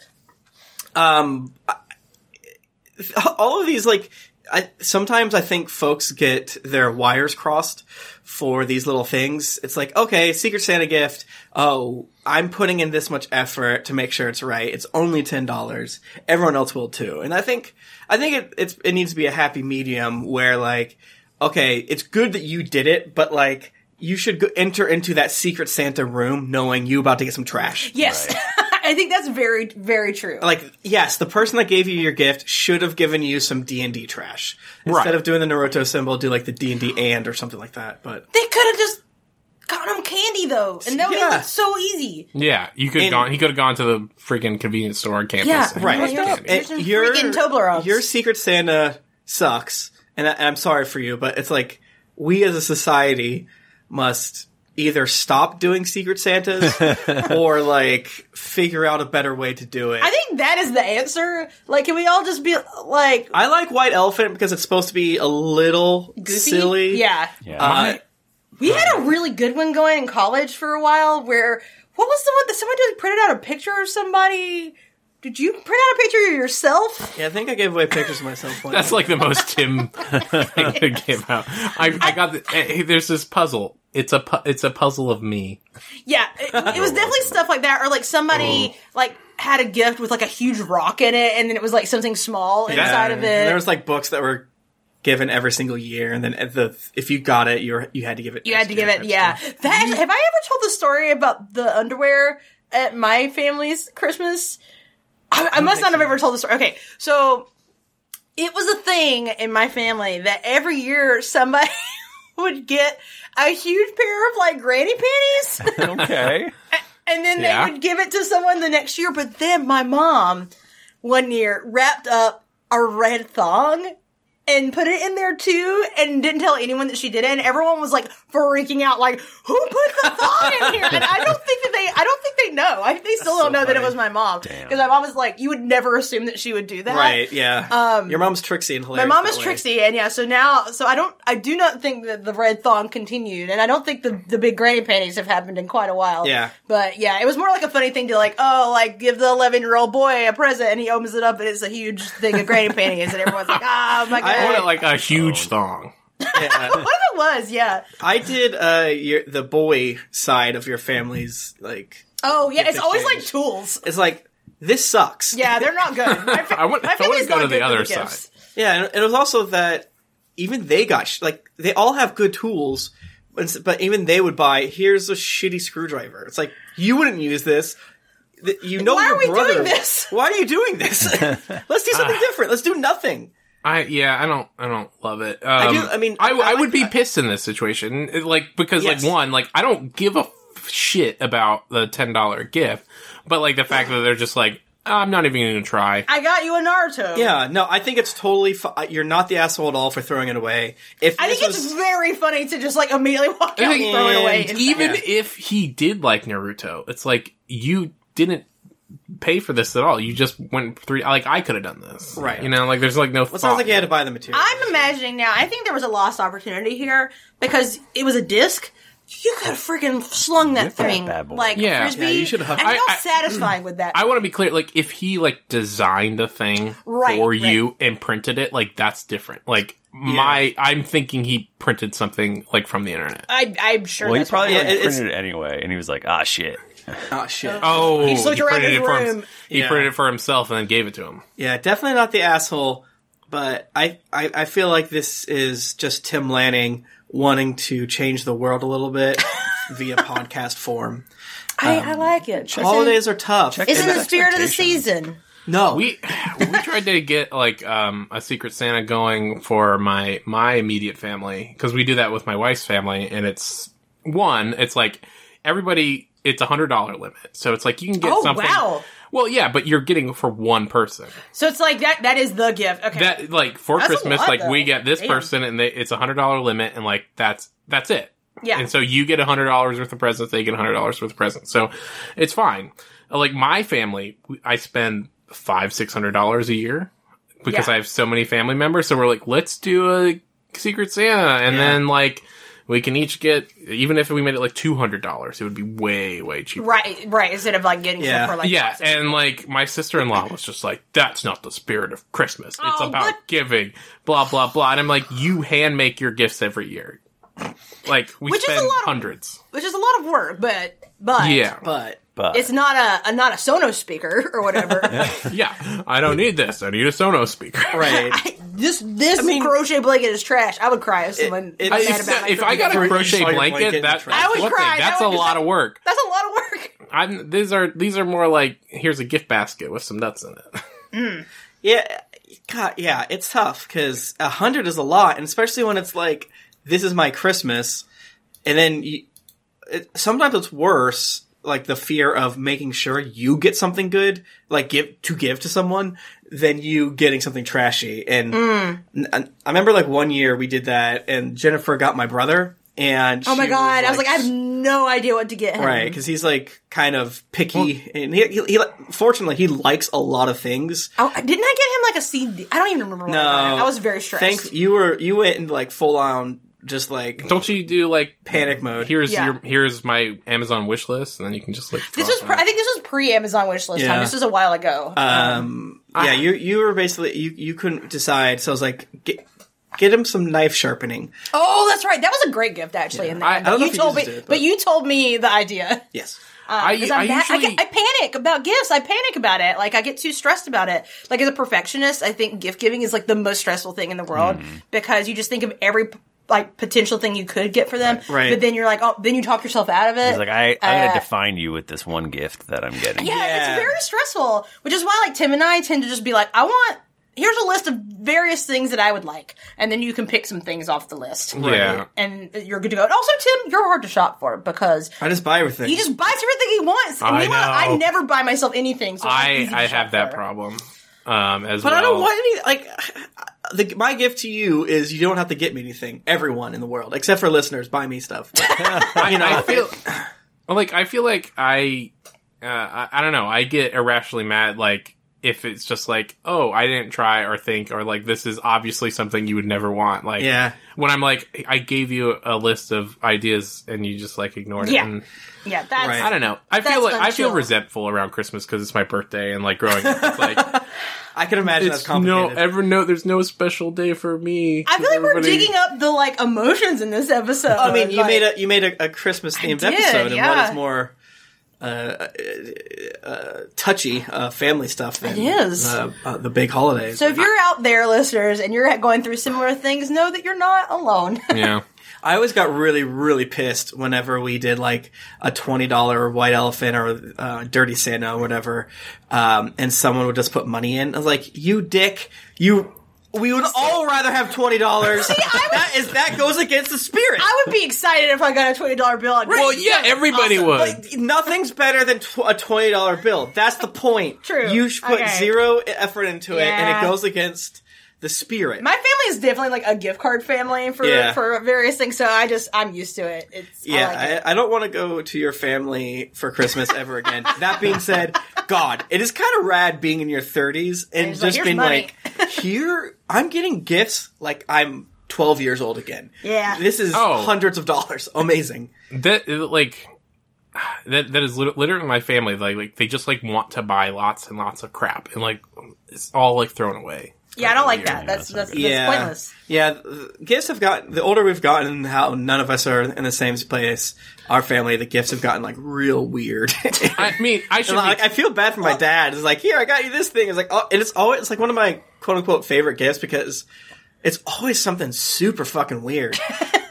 E: Um, I- all of these like. I, sometimes I think folks get their wires crossed for these little things. It's like, okay, Secret Santa gift. Oh, I'm putting in this much effort to make sure it's right. It's only ten dollars. Everyone else will too. And I think, I think it it's, it needs to be a happy medium where like, okay, it's good that you did it, but like, you should go- enter into that Secret Santa room knowing you about to get some trash.
B: Yes, [LAUGHS] I think that's very very true.
E: Like, yes, the person that gave you your gift should have given you some D and D trash instead
C: Right.
E: of doing the Naruto symbol. Do like the D and D and or something like that. But
B: they could have just got him candy though, and that would
E: Yeah.
B: make it so easy.
C: Yeah, you could
E: And-
C: gone. He could have gone to the freaking convenience store on campus.
B: Yeah,
C: and
B: right.
C: bought
B: Here's-
C: candy.
B: here's
E: And
B: some
E: your,
B: freaking Toblerones.
E: Your Secret Santa sucks, and I, I'm sorry for you, but it's like we as a society must either stop doing Secret
B: [LAUGHS]
E: Santas or like figure out a better way to do it.
B: I think that is the answer. Like, can we all just be like
E: I like White Elephant because it's supposed to be a little
B: goofy?
E: silly.
B: Yeah.
D: Yeah.
E: Uh,
B: We had a really good one going in college for a while where what was the one that someone did printed out a picture of somebody? Did you print out a picture of yourself?
E: yeah, I think I gave away pictures of myself. One
C: That's like the
E: [LAUGHS]
C: most Tim thing that came out. I, I got the, eh, hey, there's this puzzle. It's a pu- it's a puzzle of me.
B: Yeah, it, it was definitely stuff like that, or like somebody like had a gift with like a huge rock in it, and then it was like something small inside of it.
E: And there was like books that were given every single year, and then at the if you got it, you were, you had to give it.
B: You had to give it, yeah. That have I ever told the story about the underwear at my family's Christmas? I, I must not have ever told the story. Okay, so it was a thing in my family that every year somebody [LAUGHS] would get a huge pair of like granny panties,
D: [LAUGHS] okay.
B: and then
C: Yeah.
B: they would give it to someone the next year. But then my mom one year wrapped up a red thong and put it in there too and didn't tell anyone that she did it and everyone was like freaking out like who put the thong in here and i don't think that they i don't think they know i they still
E: so
B: don't know that it
E: funny.
B: was my mom because my mom was like you would never assume that she would do that
E: Right, yeah.
B: Um,
E: Your mom's Trixie and
B: my
E: hilarious.
B: mom
E: that
B: is
E: way.
B: Trixie, and yeah, so now, so I don't, I do not think that the red thong continued, and I don't think the the big granny panties have happened in quite a while.
E: Yeah.
B: but yeah, it was more like a funny thing to like, oh, like give the eleven year old boy a present, and he opens it up, and it's a huge thing of granny panties, and everyone's like, ah, my god.
E: I
C: [LAUGHS] I
E: wanna, uh,
C: wanted like a
E: Oh.
C: huge thong.
E: [LAUGHS] Yeah.
B: what if it was? Yeah.
E: I did uh, your, the boy side of your family's like.
B: Oh, yeah. It's
E: they
B: always
E: change.
B: like tools.
E: It's like this sucks.
B: Yeah, they're not good.
C: [LAUGHS]
B: My fa-
C: I wouldn't-
B: my
C: I wouldn't
B: family's
C: go
B: not
C: to the
B: good for
C: other
B: gifts.
C: side.
E: yeah. And it was also that even they got sh- like they all have good tools, but s- but even they would buy here's a shitty screwdriver. It's like you wouldn't use this. Th- You know
B: Why are
E: your
B: we doing
E: brother.
B: this?
E: [LAUGHS] Why are you doing this? Let's do something different. Let's do nothing.
C: I yeah, I don't I don't love it. Um,
E: do- I mean,
C: I, w-
E: I
C: I would
E: like
C: be
E: that.
C: pissed in this situation, It- like because
E: Yes.
C: like one, like I don't give a f- shit about the ten dollar gift, but like the fact that they're just like "Ah, I'm not even going to try.
B: I got you a Naruto.
E: Yeah, no, I think it's totally. Fi- you're not the asshole at all for throwing it away. If
B: I
E: this
B: think it's
E: was-
B: very funny to just like immediately walk out and throw it away.
E: And
B: and-
C: even
E: Yeah.
C: if he did like Naruto, it's like you didn't pay for this at all. You just went three. Like I could have done this,
E: Right.
C: You know, like there's like no.
E: Well, it sounds
C: thought.
E: like you had to buy the material.
B: I'm imagining now. I think there was a lost opportunity here because it was a disc. You could have freaking slung that
D: that
B: thing
D: bad boy.
B: like a
C: Yeah.
B: frisbee.
E: Yeah, you should have-
B: And
C: I-
B: how
C: I-
B: satisfying would that?
C: I
B: be?
C: want to be clear. Like if he like designed the thing
B: Right,
C: for
B: right.
C: you and printed it, like that's different. Like my, I'm thinking he printed something like from the internet.
B: I, I'm sure.
D: Well, he
B: that's
D: probably
B: what
E: Yeah,
D: like,
B: it was.
E: it's-
D: printed it anyway, and he was like, "Ah, shit."
E: oh shit.
C: Oh,
B: just looked around his
C: for him-
B: room.
C: He
E: Yeah.
C: printed it for himself and then gave it to him.
E: Yeah, definitely not the asshole. But I, I, I feel like this is just Tim Lanning wanting to change the world a little bit via podcast form.
B: I,
D: um,
B: I like it.
E: Holidays are tough.
B: It's in
D: His
B: the spirit of the
D: expectations.
B: season.
E: No,
C: We we tried to get like um, a Secret Santa going for my my immediate family because we do that with my wife's family, and it's one. It's like everybody. It's a hundred dollar limit, so it's like you can get
B: Oh,
C: something.
B: wow.
C: Well, yeah, but you're getting it for one person.
B: So it's like that. That is the gift. Okay.
C: That like for
B: That's a
C: Christmas,
B: lot,
C: like we
B: though.
C: get this
B: Damn.
C: person, and they, it's a hundred dollar limit, and like that's that's it.
B: Yeah.
C: And so you get a hundred dollars worth of presents, they get a hundred dollars worth of presents. So it's fine. Uh, Like my family, we- I spend five, six hundred dollars a year because
B: Yeah.
C: I have so many family members. So we're like, let's do a Secret Santa, and then like we can each get, even if we made it like two hundred dollars, it would be way, way cheaper.
B: right. Right. Instead of like getting
E: Yeah.
B: some for like
C: Yeah, and like my sister in law was just like, "That's not the spirit of Christmas. It's
B: Oh,
C: about
B: what-
C: giving." Blah blah blah. And I'm like, "You hand make your gifts every year. Like we
B: Which is a
C: spend
B: lot of-
C: hundreds.
B: which is a lot of work, but but
C: yeah,
E: but
D: But
B: it's not a, a not a Sonos speaker or
D: [LAUGHS]
B: whatever.
C: yeah. I don't need this. I need a Sonos speaker.
E: right.
B: I- this this
E: mean-
B: crochet blanket is trash. I would cry if someone
E: it-
B: was
C: I-
E: It's
B: mad
C: if,
B: about
C: that-
B: my
C: if I
B: crochet
C: got
E: You
C: a
E: saw
C: crochet
E: your
C: blanket,
E: blanket in the
C: that,
E: trash.
C: that's
B: I would
C: one
B: cry.
C: thing.
B: That
C: That's
B: would-
C: a lot of work.
B: That's a lot of work.
C: I'm these are these are more like here's a gift basket with some nuts in it. [LAUGHS]
E: Yeah, God, yeah, it's tough because a hundred is a lot, and especially when it's like this is my Christmas, and then you, it, sometimes it's worse like the fear of making sure you get something good like give to give to someone than you getting something trashy and
B: Mm.
E: n- n- i remember like one year we did that and jennifer got my brother and
B: Oh my god! I was like, I have no idea what to get him.
E: right because he's like kind of picky and he, he, he li- fortunately he likes a lot of things
B: Oh, didn't I get him like a CD? I don't even remember. What I
E: no
B: got him. I was very stressed.
E: thanks you were you went into like full on just like
C: Don't you do like
E: panic mode
C: here's
B: Yeah.
C: your here's my Amazon wish list, and then you can just like.
B: This
C: cross
B: was
C: it
B: pre- I
C: out.
B: think this was pre Amazon wish list
E: Yeah.
B: time. This was a while ago.
E: Um, yeah, you you were basically you you couldn't decide, so I was like, get get him some knife sharpening.
B: oh, that's right. That was a great gift actually. In the
C: I-
B: end.
C: I
E: don't know
B: you
E: if he
B: told me,
E: uses it,
B: but,
E: but-
B: you told me the idea.
E: Yes,
C: I,
B: Because I'm
C: I
B: that- I,
C: usually
B: get- I panic about gifts. I panic about it. Like I get too stressed about it. Like as a perfectionist, I think gift giving is like the most stressful thing in the world because you just think of every like potential thing you could get for them.
E: Right.
B: But then you're like, oh, then you talk yourself out of it.
D: It's like I, I'm
B: Uh,
D: gonna define you with this one gift that I'm getting.
B: Yeah,
E: Yeah.
B: it's very stressful, which is why like Tim and I tend to just be like, I want here's a list of various things that I would like, and then you can pick some things off the list.
C: Yeah.
B: and you're good to go. And also, Tim, you're hard to shop for because
E: I just buy everything.
B: he just buys everything he wants. And
C: I
B: meanwhile,
C: know.
B: I never buy myself anything. So it's
C: I
B: easy to
C: I
B: shop
C: have that
B: for.
C: problem. Um, as
E: but
C: well.
E: I don't want any like. The, my gift to you is you don't have to get me anything. Everyone in the world, except for listeners, buy me stuff.
C: I,
E: [LAUGHS]
C: I feel well, like I feel like I, uh, I I don't know. I get irrationally mad like if it's just like oh I didn't try or think or like this is obviously something you would never want. Like
E: Yeah.
C: when I'm like I gave you a list of ideas and you just like ignored
B: Yeah.
C: it. And,
B: Yeah, that's
E: Right.
C: I don't know. I
B: That's
C: feel like I feel
B: unchill.
C: resentful around Christmas because it's my birthday and like growing up, it's
E: [LAUGHS]
C: like
E: I can imagine that's
C: it's no
E: complicated.
C: ever no. There's no special day for me.
B: I feel like we're
C: Everybody-
B: digging up the like emotions in this episode.
E: I mean, you
B: Like,
E: made a you made a, a Christmas themed
B: did,
E: episode, and one
B: yeah.
E: is more uh, uh, uh, touchy uh, family stuff than
B: It is.
E: uh, uh, the big holidays.
B: So if you're out there, listeners, and you're going through similar things, know that you're not alone. [LAUGHS]
C: Yeah.
E: I always got really, really pissed whenever we did like a twenty dollar white elephant or uh, dirty Santa or whatever, um, and someone would just put money in. I was like, "You dick, you." We would all rather have twenty dollars. [LAUGHS] that is that goes against the spirit.
B: I would be excited if I got a twenty dollar bill.
C: Well, yeah, everybody would.
E: like nothing's better than tw- a twenty dollar bill. That's the
B: [LAUGHS]
E: point.
B: True.
E: You should put
B: Okay.
E: zero effort into it, and
B: Yeah.
E: it goes against the spirit.
B: My family is definitely like a gift card family for
E: Yeah.
B: for various things, so I just I'm used to it. It's
E: Yeah,
B: I like it.
E: I, I don't want to go to your family for Christmas
B: [LAUGHS]
E: ever again. that being said, God, it is kind of rad being in your 30s and,
B: it's
E: just
B: like, "Here's
E: being
B: money."
E: like, here, I'm getting gifts like I'm 12 years old again.
B: Yeah.
E: This is
C: Oh.
E: hundreds of dollars. Amazing.
C: that uh, like that that is lit- literally my family like like they just like want to buy lots and lots of crap and like it's all like thrown away
B: yeah, I don't like that. That's that's, that's
E: Yeah.
B: pointless.
E: Yeah, the gifts have gotten, the older we've gotten, how none of us are in the same place, our family, the gifts have gotten like real weird. [LAUGHS]
C: i mean i should
E: And, like,
C: be, Oh.
E: I feel bad for my dad. It's like, here, I got you this thing. It's like, oh, and it's always it's like one of my quote unquote favorite gifts because it's always something super fucking
C: [LAUGHS]
E: weird.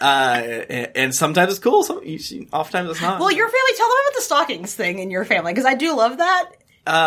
E: uh, and, and sometimes it's cool. Some, you see, oftentimes it's not.
B: Well, your family, tell them about the stockings thing in your family because I do love that,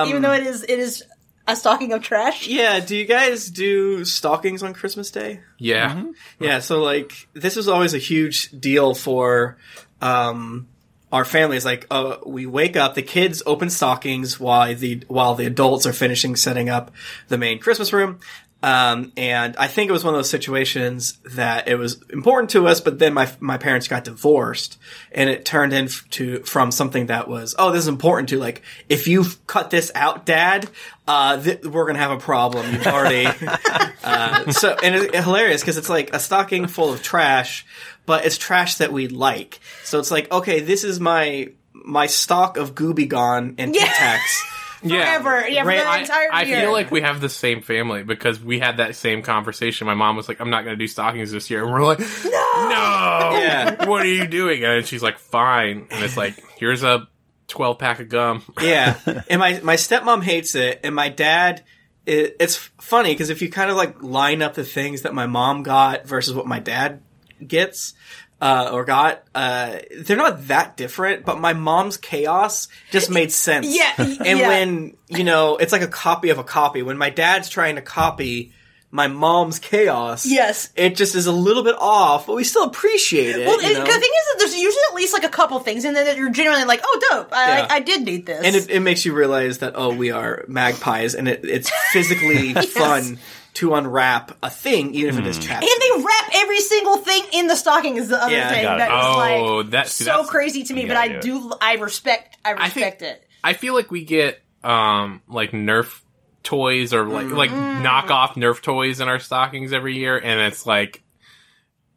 B: even though it is it is a stocking of trash.
E: yeah. Do you guys do stockings on Christmas Day?
C: yeah
E: Yeah, so like this is always a huge deal for um our families. Like uh, we wake up, the kids open stockings while the while the adults are finishing setting up the main Christmas room. Um, and I think it was one of those situations that it was important to us, but then my my parents got divorced, and it turned into from something that was oh this is important to like if you cut this out, Dad, uh, th- we're gonna have a problem. You've already [LAUGHS] uh, so and it's hilarious because it's like a stocking full of trash, but it's trash that we like. So it's like, okay, this is my my stock of Gooby Gone and E Tic
B: Yeah.
E: Tacs.
C: yeah
B: Forever, yeah, for
E: Right,
B: their
E: I-
B: entire
C: I
B: year.
C: feel like we have the same family because we had that same conversation. My mom was like, "I'm not going to do stockings this year," and we're like, "No,
E: Yeah.
C: what are you doing?" And she's like, "Fine." And it's like, "Here's a 12 pack of gum."
E: yeah, and my my stepmom hates it, and my dad. It, it's funny because if you kind of like line up the things that my mom got versus what my dad gets. Uh, or got uh, they're not that different, but my mom's chaos
B: [LAUGHS]
E: just made sense.
B: Yeah,
E: [LAUGHS] and
B: yeah.
E: when you know it's like a copy of a copy. When my dad's trying to copy my mom's chaos.
B: Yes.
E: It just is a little bit off, but we still appreciate it.
B: Well,
E: you
B: it-
E: know?
B: the thing is that there's usually at least like a couple things, and then that you're genuinely like, "Oh, dope! I,
E: Yeah.
B: I, I did need this."
E: and it, it makes you realize that oh we are magpies and it, it's
B: [LAUGHS]
E: physically fun to unwrap a thing even if it is
C: Hmm.
B: And
E: chapstick
B: they wrap every single thing in the stocking is the other
E: Yeah, I
B: thing
D: got it.
B: that was
C: Oh,
B: like
C: that- see,
B: so
C: that's-
B: crazy to me.
D: you
B: But I
D: gotta do
B: do, I respect, I
C: I think-
B: respect it.
C: I feel like we get um like Nerf toys or
E: Mm.
C: like like knockoff Nerf toys in our stockings every year, and it's like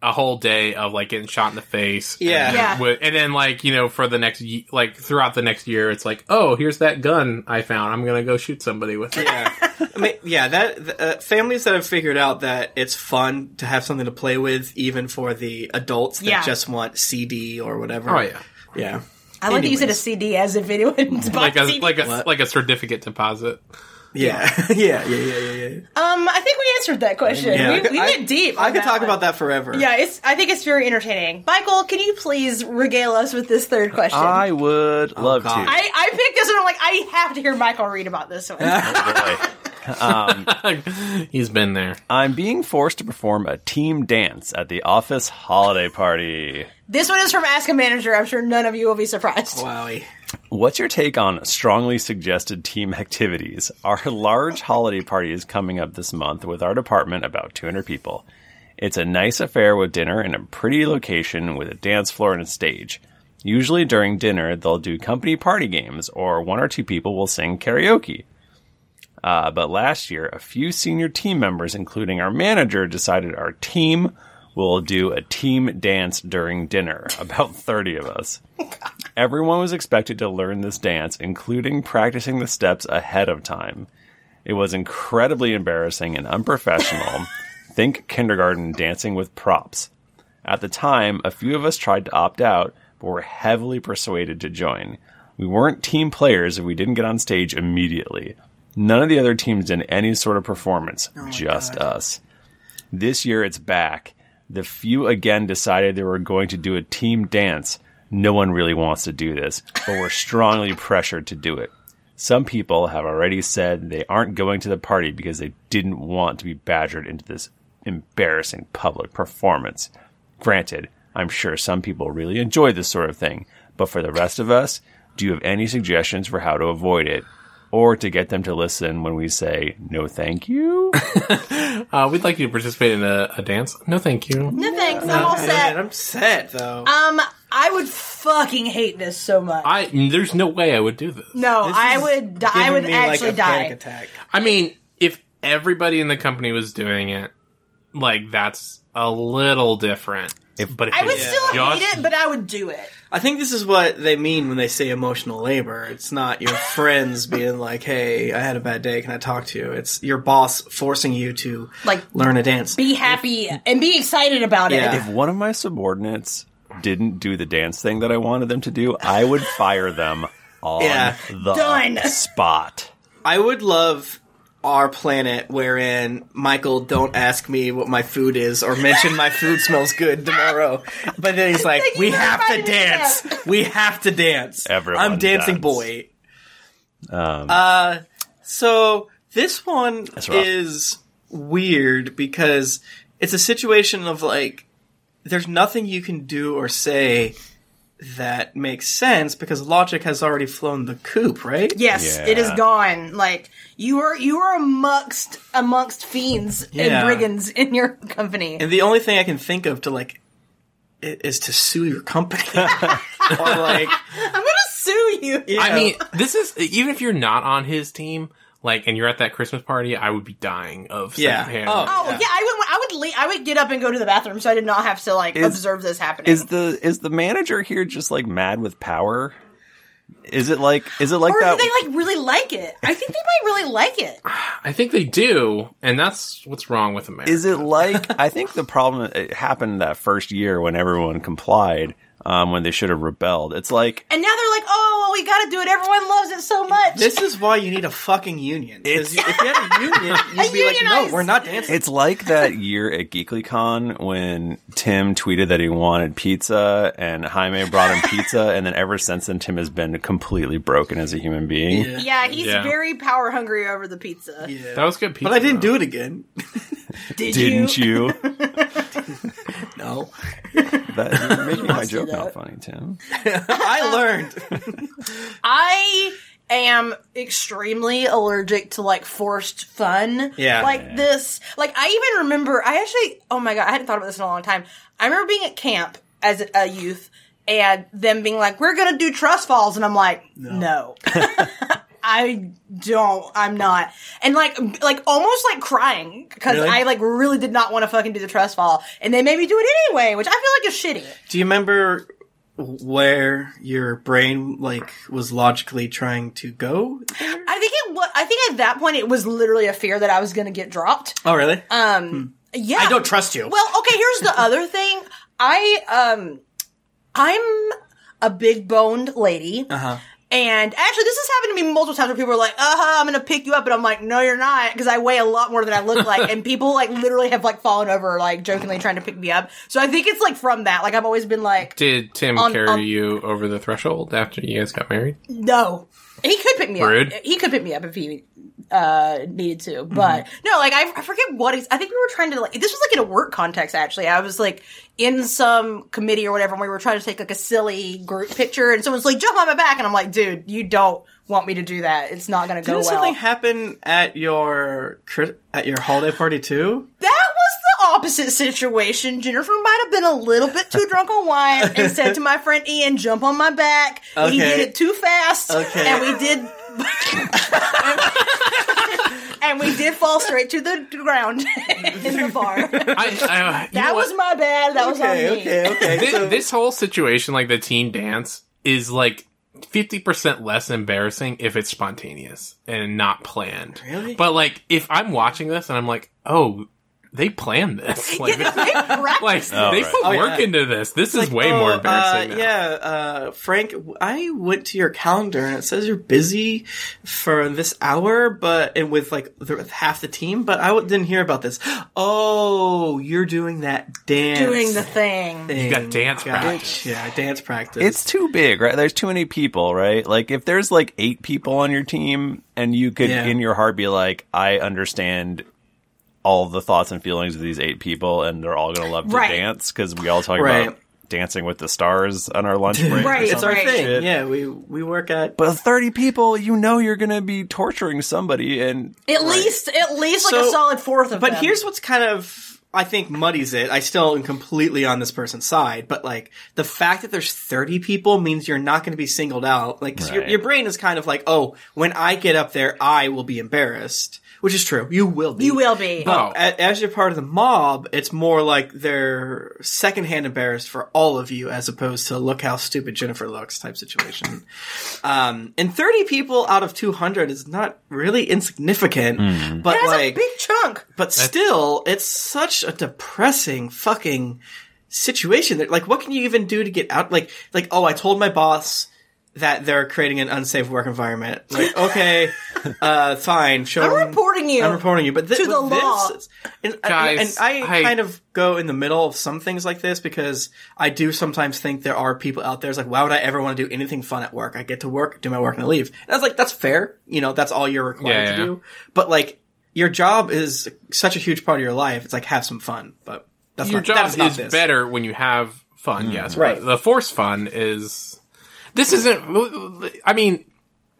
C: a whole day of like getting shot in the face.
E: Yeah.
C: and,
B: Yeah.
C: wi- and then like you know for the next ye- like throughout the next year, it's like oh here's that gun I found. I'm gonna go shoot somebody with it.
E: yeah, I mean, yeah. That th- uh, families that have figured out that it's fun to have something to play with, even for the adults that
B: Yeah.
E: just want CD or whatever.
C: Oh yeah,
E: yeah.
B: I like to use it as
E: Anyways.
B: CD as if anyone's bought
C: like a
B: CD.
C: like a
E: What?
C: like a certificate deposit.
E: Yeah. [LAUGHS] yeah, yeah, yeah, yeah, yeah.
B: um, I think we answered that question.
E: Yeah.
B: We, we
E: I-
B: went deep.
E: I
B: on
E: could talk
B: one.
E: about that forever.
B: Yeah, it's. I think it's very entertaining. Michael, can you please regale us with this third question?
D: I would
B: Oh,
D: love to.
E: God.
B: I, I picked this one. I'm like, I have to hear Michael read about this one.
C: He's been there.
D: I'm being forced to perform a team dance at the office holiday party.
B: [LAUGHS] this one is from Ask a Manager. I'm sure none of you will be surprised.
E: Wowie.
D: What's your take on strongly suggested team activities? Our large holiday party is coming up this month with our department about 200 people. It's a nice affair with dinner in a pretty location with a dance floor and a stage. Usually during dinner, they'll do company party games or one or two people will sing karaoke. Uh, but last year, a few senior team members, including our manager, decided our team will do a team dance during dinner, [LAUGHS] about 30 of us. Everyone was expected to learn this dance, including practicing the steps ahead of time. It was incredibly embarrassing and unprofessional. Think kindergarten dancing with props. At the time, a few of us tried to opt out, but were heavily persuaded to join. We weren't team players if we didn't get on stage immediately. None of the other teams did any sort of performance, just us. This year it's back. The few again decided they were going to do a team dance. No one really wants to do this, but we're strongly [LAUGHS] pressured to do it. Some people have already said they aren't going to the party because they didn't want to be badgered into this embarrassing public performance. Granted, I'm sure some people really enjoy this sort of thing, but for the rest of us, do you have any suggestions for how to avoid it or to get them to listen when we say no thank you?
C: Uh, we'd like you to participate in a, a dance. No, thank you.
B: No thanks. I'm all
E: Man, [LAUGHS]
B: set.
E: I'm set though.
B: Um, I would fucking hate this so much.
C: I there's no way I would do this.
B: no,
E: This
B: I
E: is
B: would. Di- I
E: giving
B: would
E: me, like,
B: actually
E: a panic
B: die.
E: Attack.
C: I mean, if everybody in the company was doing it, like that's a little different. but [LAUGHS] if
B: I would
C: it's
B: still
C: just-
B: hate it, but I would do it.
E: I think this is what they mean when they say emotional labor. It's not your friends being like, "Hey, I had a bad day. Can I talk to you?" It's your boss forcing you to
B: Like-
E: learn a dance.
B: Be happy and be excited about
E: Yeah.
B: it.
D: if one of my subordinates didn't do the dance thing that I wanted them to do, I would fire them on
E: Yeah.
D: the
B: Done.
D: spot.
E: I would love our planet wherein Michael don't ask me what my food is or mention my food smells good tomorrow. But then he's like,
B: Thank you
E: "We
B: for
E: have to
B: reminding me
E: dance.
B: of
E: [LAUGHS] We have to dance."
D: Everyone
E: I'm dancing
D: does.
E: boy. Uh,
D: Um,
E: So this one
D: rough.
E: is weird because it's a situation of like there's nothing you can do or say that makes sense because logic has already flown the coop, right?
B: Yes, it is
D: Yeah.
B: gone. Like you are, you are amongst amongst fiends
E: Yeah.
B: and brigands in your company.
E: And the only thing I can think of to like i- is to sue your company [LAUGHS] or like
B: I'm gonna sue you.
E: you
C: I
E: know,
C: mean, this is even if you're not on his team, like, and you're at that Christmas party, I would be dying of
E: Yeah.
C: secondhand.
E: Oh.
B: Oh yeah, I would. I would. Le- I would get up and go to the bathroom, so I did not have to like observe this happening.
D: is the is the manager here just like mad with power? Is it like is it like
B: or
D: that?
B: do they like really like it? I think they might really like it.
C: I think they do, and that's what's wrong with America.
D: is it like I think the problem it happened that first year when everyone complied um, when they should have rebelled. It's like
B: And now they're like, oh, well, we got to do it. Everyone loves it so much.
E: this is why you need a fucking union. 'Cause you- if you had a [LAUGHS] union, you'd be like, "No,
B: unionized-
E: we're not dancing."
D: It's like that year at GeeklyCon when Tim tweeted that he wanted pizza and Jaime brought him pizza, and then ever since then, Tim has been completely broken as a human being.
E: Yeah.
B: yeah, he's
C: Yeah.
B: very power hungry over the pizza.
E: Yeah.
C: that was good. Pizza,
E: But I didn't
C: though.
E: do it again. [LAUGHS]
B: Did
D: Didn't you?
E: No,
D: That making my
B: see
D: joke
B: that.
D: not funny, Tim.
E: I learned.
B: I am extremely allergic to like forced fun.
E: Yeah.
B: Like this. Like I even remember I actually oh my god, I hadn't thought about this in a long time. I remember being at camp as a- a youth and them being like, We're gonna do trust falls and I'm like, No.
E: [LAUGHS]
B: [LAUGHS] I don't. I'm not. And like, like almost like crying because
E: Really?
B: I like really did not want to fucking do the trust fall, and they made me do it anyway, which I feel like is shitty.
E: Do you remember where your brain like was logically trying to go?
B: I think it was. I think at that point it was literally a fear that I was going to get dropped.
E: Oh, really?
B: Yeah,
E: I don't trust you.
B: Well, okay. Here's the other thing. I um, I'm a big boned lady.
E: Uh-huh.
B: And actually, this has happened to me multiple times where people are like, uh huh, I'm gonna pick you up. And I'm like, no, you're not, because I weigh a lot more than I look
E: [LAUGHS]
B: like. and people, like, literally have, like, fallen over, like, jokingly trying to pick me up. So I think it's, like, from that. Like, I've always been like,
C: Did Tim
B: On-
C: carry
B: on-
C: you over the threshold after you guys
B: [LAUGHS]
C: got married?
B: No. He could pick me
C: Rude.
B: up. He could pick me up if he uh, needed to. But no, like I, I forget what ex- I think we were trying to like this was like in a work context actually. I was like in some committee or whatever and we were trying to take like a silly group picture and someone's like jump on my back and I'm like, dude, you don't want me to do that. It's not going to go
E: Didn't
B: well.
E: something happen at your cri- at your holiday party too?
B: That was the opposite situation. Jennifer might have been a little bit too drunk on wine and said to my friend Ian, jump on my back. He
E: Okay.
B: did it too fast.
E: Okay.
B: And we did. [LAUGHS] and we did fall straight to the ground [LAUGHS] in the bar. That
C: I, I, you know
B: was
C: what?
B: my bad. That was on me.
E: okay.
C: Thi- this, whole situation, like the teen dance, is like fifty percent less embarrassing if it's spontaneous and not planned.
E: Really?
C: But like, if I'm watching this and I'm like, oh, they
E: [LAUGHS]
C: planned this. Like,
B: They practiced
C: [LAUGHS] like
D: Oh,
C: they
D: right.
C: put
E: Oh, yeah.
C: work into this. This is way more
E: Oh,
C: embarrassing.
E: Uh,
C: now.
E: yeah, uh, Frank, I went to your calendar and it says you're busy for this hour, but and with like the, with half the team, but I w- didn't hear about this. Oh, you're doing that dance,
B: doing the thing.
E: thing.
C: You got dance practice.
E: Yeah, dance practice.
D: It's too big, right? There's too many people, right? Like if there's like eight people on your team and you could
E: Yeah.
D: in your heart be like, I understand all the thoughts and feelings of these eight people and they're all gonna love to
B: Right.
D: dance because we all talk
E: Right.
D: about dancing with the stars on our lunch break.
B: Right.
E: it's our
B: Right.
E: thing.
D: Shit.
E: Yeah, we we work at.
D: But 30 people, you know you're going to be torturing somebody and
B: At least, at least like
E: So-
B: a solid fourth of
E: But
B: them.
E: here's what's kind of I think muddies it. I still am completely on this person's side, but like the fact that there's 30 people means you're not going to be singled out. Like 'cause your,
D: Right.
E: your brain is kind of like, oh, when I get up there, I will be embarrassed, which is true. You will be.
B: you will be.
C: Oh.
E: A- As you're part of the mob, it's more like they're secondhand embarrassed for all of you, as opposed to look how stupid Jennifer looks type situation. um, and 30 people out of 200 is not really insignificant, but
B: That's
E: like
B: a big chunk.
E: but still, it's such a depressing fucking situation. That, like, what can you even do to get out? Like, like, oh, I told my boss that they're creating an unsafe work environment. Like, okay, uh, fine, show
B: I'm
E: them-
B: reporting you.
E: I'm reporting you, but thi-
B: to
E: with
B: the law.
E: this, and,
C: Guys,
E: and I,
C: I-
E: kind of go in the middle of some things like this because I do sometimes think there are people out there. It's like, why would I ever want to do anything fun at work? I get to work, do my work, and I leave. And I was like, that's fair. You know, that's all you're required
C: Yeah,
E: to
C: yeah.
E: do. But like, your job is such a huge part of your life. It's like have some fun, but that's
C: Your
E: not,
C: job
E: that's not
C: is
E: this.
C: better when you have
D: Hmm.
C: fun. Yes, but
E: Right.
C: The forced fun is. This isn't. I mean,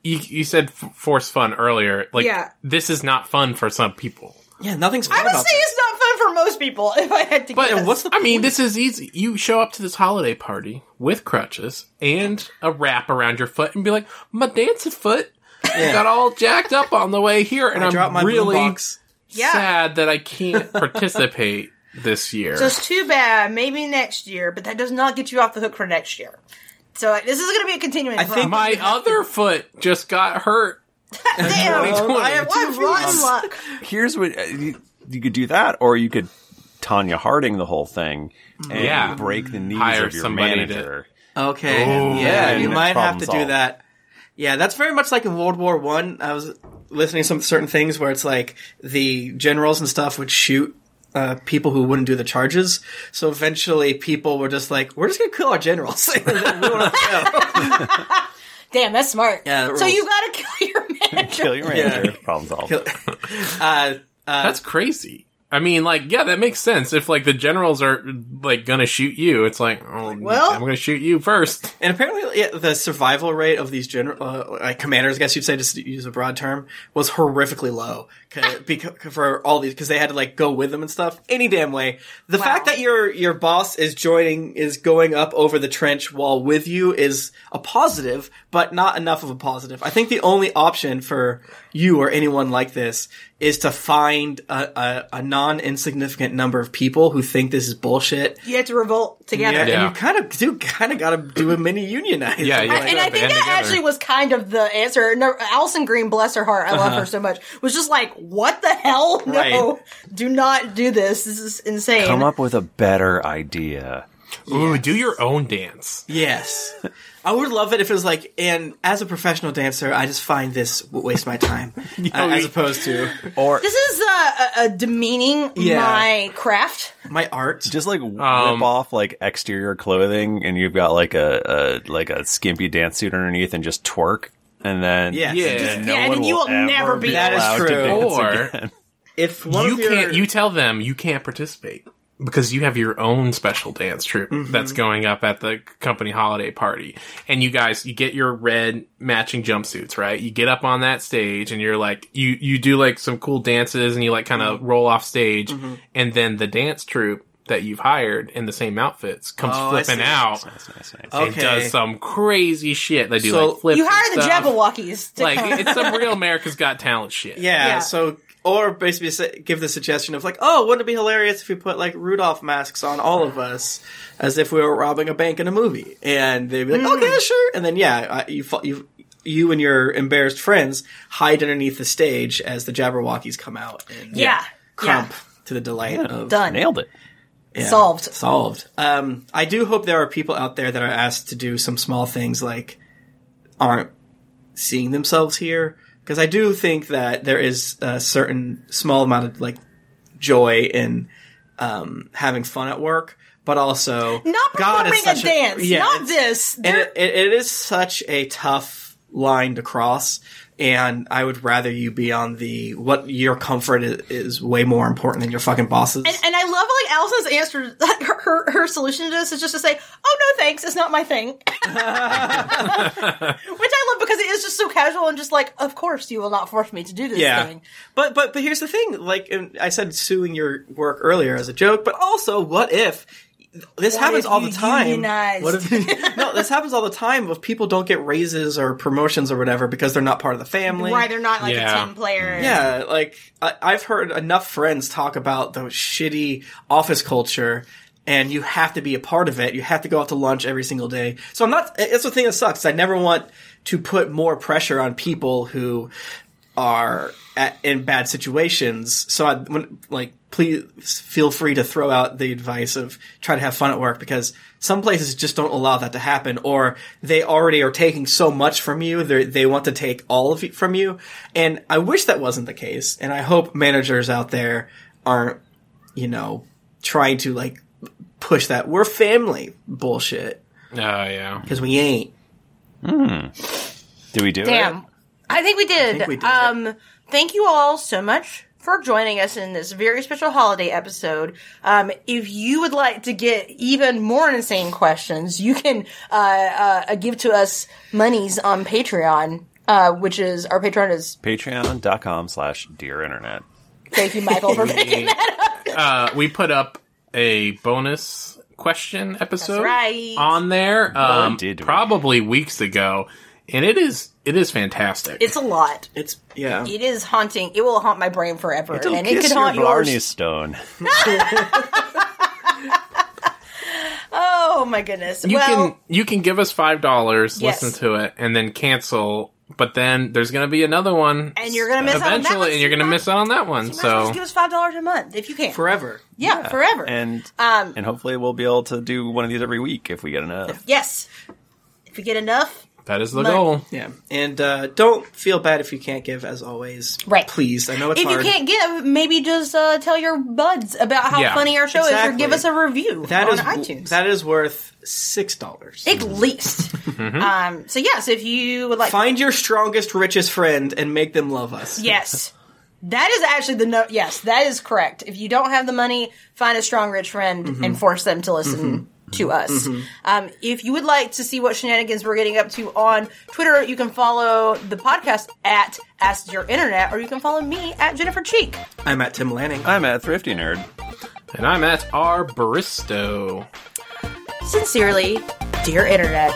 C: you you said f- forced fun earlier. Like
B: Yeah.
C: this is not fun for some people.
E: Yeah, nothing's fun
B: I would
E: about
B: say
E: this.
B: it's not fun for most people. If I had to,
C: But
B: guess.
E: what's the
C: I mean, this is easy. You show up to this holiday party with crutches and a wrap around your foot and be like, "My dancing foot got all jacked up on the way here, and
E: I
C: I'm
E: dropped my
C: really
E: boombox.
B: Yeah.
C: sad that
E: [LAUGHS]
C: I can't participate this year."
B: So it's too bad. Maybe next year, but that does not get you off the hook for next year. So like, this is going to be a continuing. I
E: think-
C: My other foot just got hurt.
E: [LAUGHS]
B: damn,
E: I have
B: what rotten luck.
D: here's what uh, you, you could do that or you could Tanya Harding the whole thing and
C: Yeah.
D: break the knees
C: Hire
D: of your
C: somebody to-
D: manager.
E: Okay.
C: Oh,
E: yeah,
D: man.
E: you might have
D: Problem
E: to do
D: solved.
E: that. Yeah, that's very much like in World War One. I. was listening to some certain things where it's like the generals and stuff would shoot uh, people who wouldn't do the charges. So eventually, people were just like, "We're just gonna kill our generals." [LAUGHS] We wanna kill.
B: Damn, that's smart.
E: Yeah, that
B: so you [LAUGHS]
E: rules.
B: got to kill your manager.
D: [LAUGHS] Kill your manager. Problem solved.
E: uh,
C: That's crazy. I mean, like, yeah, that makes sense. If like the generals are like gonna shoot you, it's like, oh,
B: well-
C: well, I'm gonna shoot you first.
E: And apparently, yeah, the survival rate of these general uh, like commanders, I guess you'd say, just to use a broad term, was horrifically low because for all these because they had to like go with them and stuff any damn way. The fact that your your boss is joining is going up over the trench wall with you is a positive, but not enough of a positive. I think the only option for you or anyone like this is to find a, a, a non insignificant number of people who think this is bullshit
B: You have to revolt together.
E: yeah,
C: Yeah.
E: and you kind of do, kind of got to do a mini unionize.
C: Yeah, yeah.
B: and I think
C: Band
B: that
C: together.
B: actually was kind of the answer. No, Allison Green, bless her heart, I love her so much, was just like, "What the hell? [LAUGHS] No,
E: Uh-huh. Right.
B: do not do this. This is insane."
D: Come up with a better idea.
C: Ooh, do your own dance.
E: Yes, I would love it if it was like. And as a professional dancer, I just find this w- waste my
C: [LAUGHS]
E: time,
C: Oh,
E: uh, as opposed to
D: Or
B: This is uh, a, a demeaning
E: Yeah.
B: my craft.
E: my art.
D: just like
C: Um,
D: rip off like exterior clothing and you've got like a, a like a skimpy dance suit underneath and just twerk and then
E: Yes.
C: Yeah.
E: Just-
D: no
B: Yeah, and
D: one
B: you will
D: ever
B: never be-
E: That is
D: allowed to
E: true.
D: dance
C: Or-
D: again.
E: If one
C: You
E: of your-
C: can't. You tell them you can't participate because you have your own special dance troupe
E: Mm-hmm.
C: that's going up at the company holiday party, and you guys you get your red matching jumpsuits, right? You get up on that stage, and you're like you you do like some cool dances, and you like kind
E: Mm-hmm.
C: of roll off stage, and then the dance troupe that you've hired in the same outfits comes
E: Oh, I
C: flipping
E: see.
C: out.
D: That's nice, nice.
E: okay.
C: and does some crazy shit. They do
E: So-
C: like flips.
B: You hire
C: and
B: the
C: stuff.
B: Jabberwockies. To come.
C: Like it's some real America's Got Talent shit.
E: [LAUGHS] yeah,
B: Yeah.
E: So. Or basically s- give the suggestion of like, oh, wouldn't it be hilarious if we put like Rudolph masks on all of us, as if we were robbing a bank in a movie? And they'd be like,
B: Hmm.
E: okay, sure. And then yeah, I- you fo- you you and your embarrassed friends hide underneath the stage as the Jabberwockies come out. And,
B: yeah,
E: Crump to the delight of
B: done,
D: Nailed it.
E: yeah,
B: solved.
E: Solved. Um, I do hope there are people out there that are asked to do some small things like aren't seeing themselves here because I do think that there is a certain small amount of like joy in um, having fun at work, but also
B: Not
E: God
B: performing
E: is
B: a
E: such
B: dance.
E: yeah,
B: not
E: it's-
B: this.
E: and
B: They're-
E: it, it, it is such a tough line to cross and i would rather you be on the what your comfort is, is way more important than your fucking bosses
B: And, and I love like Allison's answer. [LAUGHS] Like, her, her her solution to this is just to say, "Oh no, thanks, it's not my thing," [LAUGHS]
D: [LAUGHS]
B: which I love because it is just so casual and just like, "Of course, you will not force me to do this thing."
E: But but but here's the thing. Like and I said, suing your work earlier as a joke, but also, what if this happens
B: if
E: all the
B: you
E: time?
B: unionized?
E: What
B: [LAUGHS]
E: if no? This happens all the time. If people don't get raises or promotions or whatever because they're not part of the family,
B: Why they're not like
C: Yeah.
B: a team player?
E: yeah, like I, I've heard enough friends talk about the shitty office culture, and you have to be a part of it. You have to go out to lunch every single day. So I'm not. That's the thing that sucks. I never want to put more pressure on people who are at, in bad situations. So I when, like, please feel free to throw out the advice of try to have fun at work because some places just don't allow that to happen, or they already are taking so much from you. They they want to take all of it from you, and I wish that wasn't the case. And I hope managers out there aren't, you know, trying to like push that we're family bullshit
C: Oh yeah.
E: because we ain't.
D: Did we do it?
B: Damn. I think we did.
E: think we did.
B: Um, thank you all so much for joining us in this very special holiday episode. Um, if you would like to get even more insane questions, you can uh, uh, give to us monies on Patreon. Uh, which is our Patreon is
D: Patreon.com slash dear internet.
B: thank you Michael for making that
C: Uh, we put up a bonus question episode
B: right.
C: on there, um,
D: did we?
C: probably weeks ago, and it is it is fantastic.
B: it's a lot
E: It's yeah.
B: it is haunting it will haunt my brain forever and it
D: Kiss
B: could
D: your
B: haunt
D: Blarney
B: yours [LAUGHS]
D: Stone.
B: oh my goodness
C: you
B: well
C: can you can give us five dollars,
B: Yes.
C: listen to it, and then cancel. But then there's gonna be another one,
B: And you're gonna miss out on that
C: eventually,
B: one,
C: and you're gonna
B: so you
C: miss out on that one.
B: might as well
C: So
B: just give us five dollars a month if you can
E: Forever.
B: yeah, forever
D: And
B: Um,
D: and hopefully we'll be able to do one of these every week if we get enough.
B: Yes. If we get enough,
C: that is the
B: Money.
C: goal.
E: Yeah, and uh, don't feel bad if you can't give, as always.
B: Right.
E: Please, I know it's
B: if
E: hard.
B: you can't give, maybe just uh, tell your buds about how
C: Yeah,
B: funny our show is, or
E: exactly.
B: give us a review
E: That
B: on
E: is-
B: iTunes.
E: that is worth six dollars.
B: at least.
E: Mm-hmm.
B: um, so yes, if you would like,
E: Find your strongest, richest friend and make them love us.
B: yes, That is actually the no. Yes, that is correct. If you don't have the money, find a strong rich friend
E: Mm-hmm.
B: and force them to listen. To us. Um, if you would like to see what shenanigans we're getting up to on Twitter, you can follow the podcast at Ask Your Internet, or you can follow me at Jennifer Cheek.
E: I'm at Tim Lanning.
D: I'm a thrifty nerd.
C: And I'm at R. Bristow.
B: Sincerely, dear Internet.